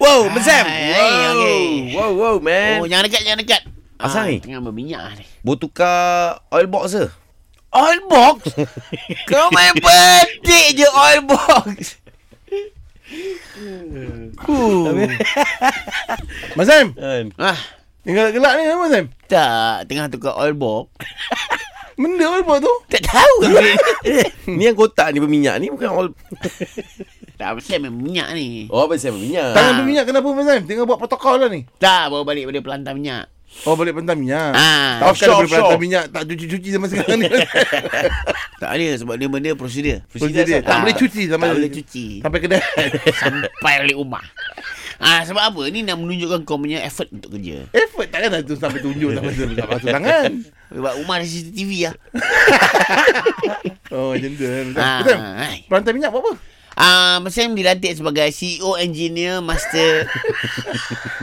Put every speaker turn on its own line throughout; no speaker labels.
Wow, Mazam.
Hai, hai,
Wow.
okey.
Wow, wow, man.
Oh, jangan dekat, jangan dekat. Ah,
Asal ni?
Tengah berminyak ni.
Boleh tukar oil box ke?
Oil box? Kau main petik je oil box.
Mazam,
Kan.
Ah,
yang gelak-gelak ni apa Mazam?
tak. Tengah tukar oil box.
Benda apa tu?
Tak tahu.
Eh, ni yang kotak ni berminyak ni bukan oil.
tak pasal main minyak ni.
Oh, pasal
Ah.
berminyak.
Tangan berminyak kenapa Mazam? Tengah buat protokol lah ni.
Tak, bawa balik pada pelantar minyak.
Oh, balik pentam minyak.
Ah.
Offshore,
Tahu kan dia boleh pelantar
offshore.
minyak tak cuci-cuci zaman sekarang ni.
Tak ada sebab dia benda prosedur.
Prosedur dia.
asal-
Tak boleh cuci
Tak
zaman dulu.
boleh cuci.
Sampai kedai.
Sampai balik rumah. Ah sebab apa? Ni nak menunjukkan kau punya effort untuk kerja.
Effort takkan dah tu sampai tunjuk sampai tu tak basuh tangan.
Sebab rumah ada CCTV lah.
Oh, macam tu. eh, Mazam.
Ah,
Mazam,
hai.
Perantai minyak buat apa?
Ah, Mesem dilantik sebagai CEO Engineer Master.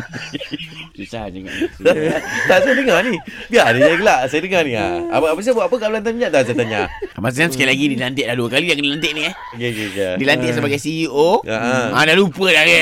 Susah cakap.
tak saya dengar ni. Biar dia yang gelak. Saya dengar ni. Ha. Abang apa saya buat apa kat lantai minyak dah saya tanya.
Abang Sam sekali lagi dilantik dah dua kali yang kena lantik ni eh.
Okey okey okey.
Dilantik sebagai CEO.
Ya,
Ah,
ha.
dah lupa dah dia.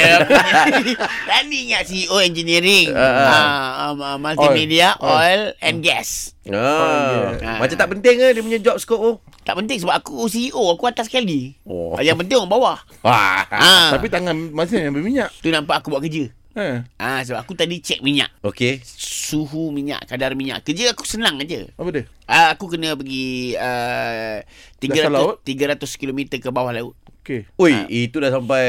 Tadi ingat CEO Engineering.
Ah, ah.
Ah, um, ah, multimedia,
Oil.
oil and gas.
Ah.
yeah.
Macam tak penting ke dia punya job scope tu?
Tak penting sebab aku CEO, aku atas sekali.
Oh.
Yang penting orang bawah.
Wah.
Ah.
Tapi tangan Mazam yang berminyak.
Tu nampak aku buat kerja.
Ha.
Ah sebab aku tadi cek minyak.
Okey.
Suhu minyak, kadar minyak. Kerja aku senang aja.
Apa dia?
Ah aku kena pergi uh,
Dasar laut?
300 300 km ke bawah laut.
Okey.
Ui, itu dah sampai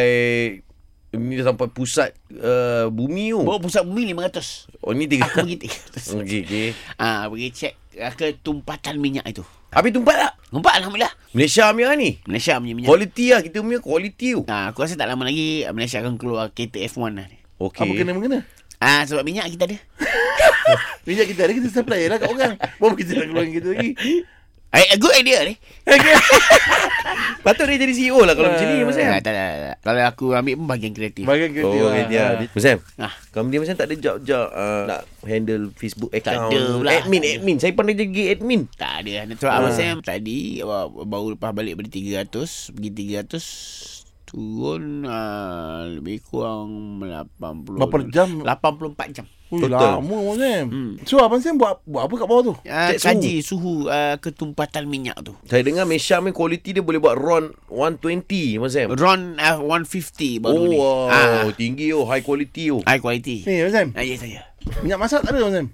ini dah sampai pusat uh, bumi
Oh.
tu.
Bawa pusat bumi 500.
Oh, ni tiga.
Aku pergi 300.
Okey okey.
Ah pergi cek ah, ketumpatan minyak itu.
Habis tumpat tak?
Nampak alhamdulillah.
Malaysia punya ni.
Malaysia punya
Oh.
minyak.
Kualiti lah. Kita punya kualiti tu.
Ah aku rasa tak lama lagi ah, Malaysia akan keluar kereta F1 lah ni.
Okey.
Apa kena mengena?
Ah sebab minyak kita ada.
Minyak kita ada kita supply lah kat orang. Baru kita nak keluarkan kita lagi.
Eh, a good idea ni.
Patut dia jadi CEO lah kalau macam ni, Mas Sam.
Ah, tak, tak, tak, tak. Kalau aku ambil pun bahagian kreatif.
Bagian kereta.
Oh, okay, dia. Mas Sam,
Ah.
kamu dia macam tak lah. ada job-job uh, nak handle Facebook account.
ada pula.
Admin,
Tak ada.
admin. Saya pandai jadi admin.
Tak ada lah. Nak tolak
Ah.
Abang Sam Tadi uh, Baru lepas balik dari 300 Pergi 300 Turun uh, Lebih kurang 80
Berapa jam?
84 jam
Ui,
Total.
lama Abang Sam. So Abang Sam buat buat apa kat bawah tu?
uh,
Cek
Hmm. Kaji suhu, uh, Ketumpatan minyak tu
Saya dengar Malaysia punya kualiti dia boleh buat round 120, Mas Sam.
Ron uh, 150 baru
Oh,
ni
wow.
Ah,
tinggi oh, high quality oh.
High quality
Ni Abang Sam.
Ah, ya saya
Minyak masak tak ada Abang Sam?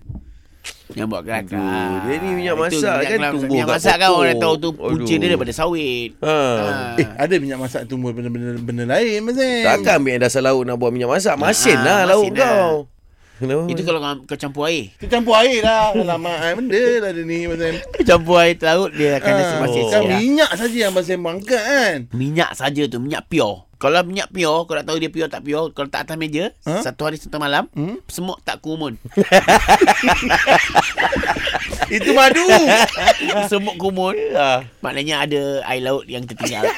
yang buat kelakar
Aduh, dia ni minyak
Itu
masak kan
kelapa.
tumbuh
Minyak
kat
masak kan orang
pokok.
tahu tu Punca
Aduh.
dia daripada sawit
Ha.
Ah.
Eh, ada minyak masak tu benda-benda benda lain Abang Sam.
Takkan ambil yang dasar laut nak buat minyak masak. Masin
Ah,
lah
masin
lauk
lah.
kau. Kenapa?
Itu kalau kau- kau campur air
Kita campur air lah. Alamak, air benda lah dia ni Abang Sam.
Campur air terlaut Dia akan rasa
Ah,
masin
kan minyak saja yang Abang Sam angkat kan.
Minyak saja tu Minyak pure Kalau minyak pure Kau nak tahu dia pure tak pure Kau letak atas meja
Ha?
huh? Satu hari satu malam hmm?
Hmm?
Semut tak kumun
Itu madu.
Semut kumun
Ah.
ha. Maknanya ada air laut yang tertinggal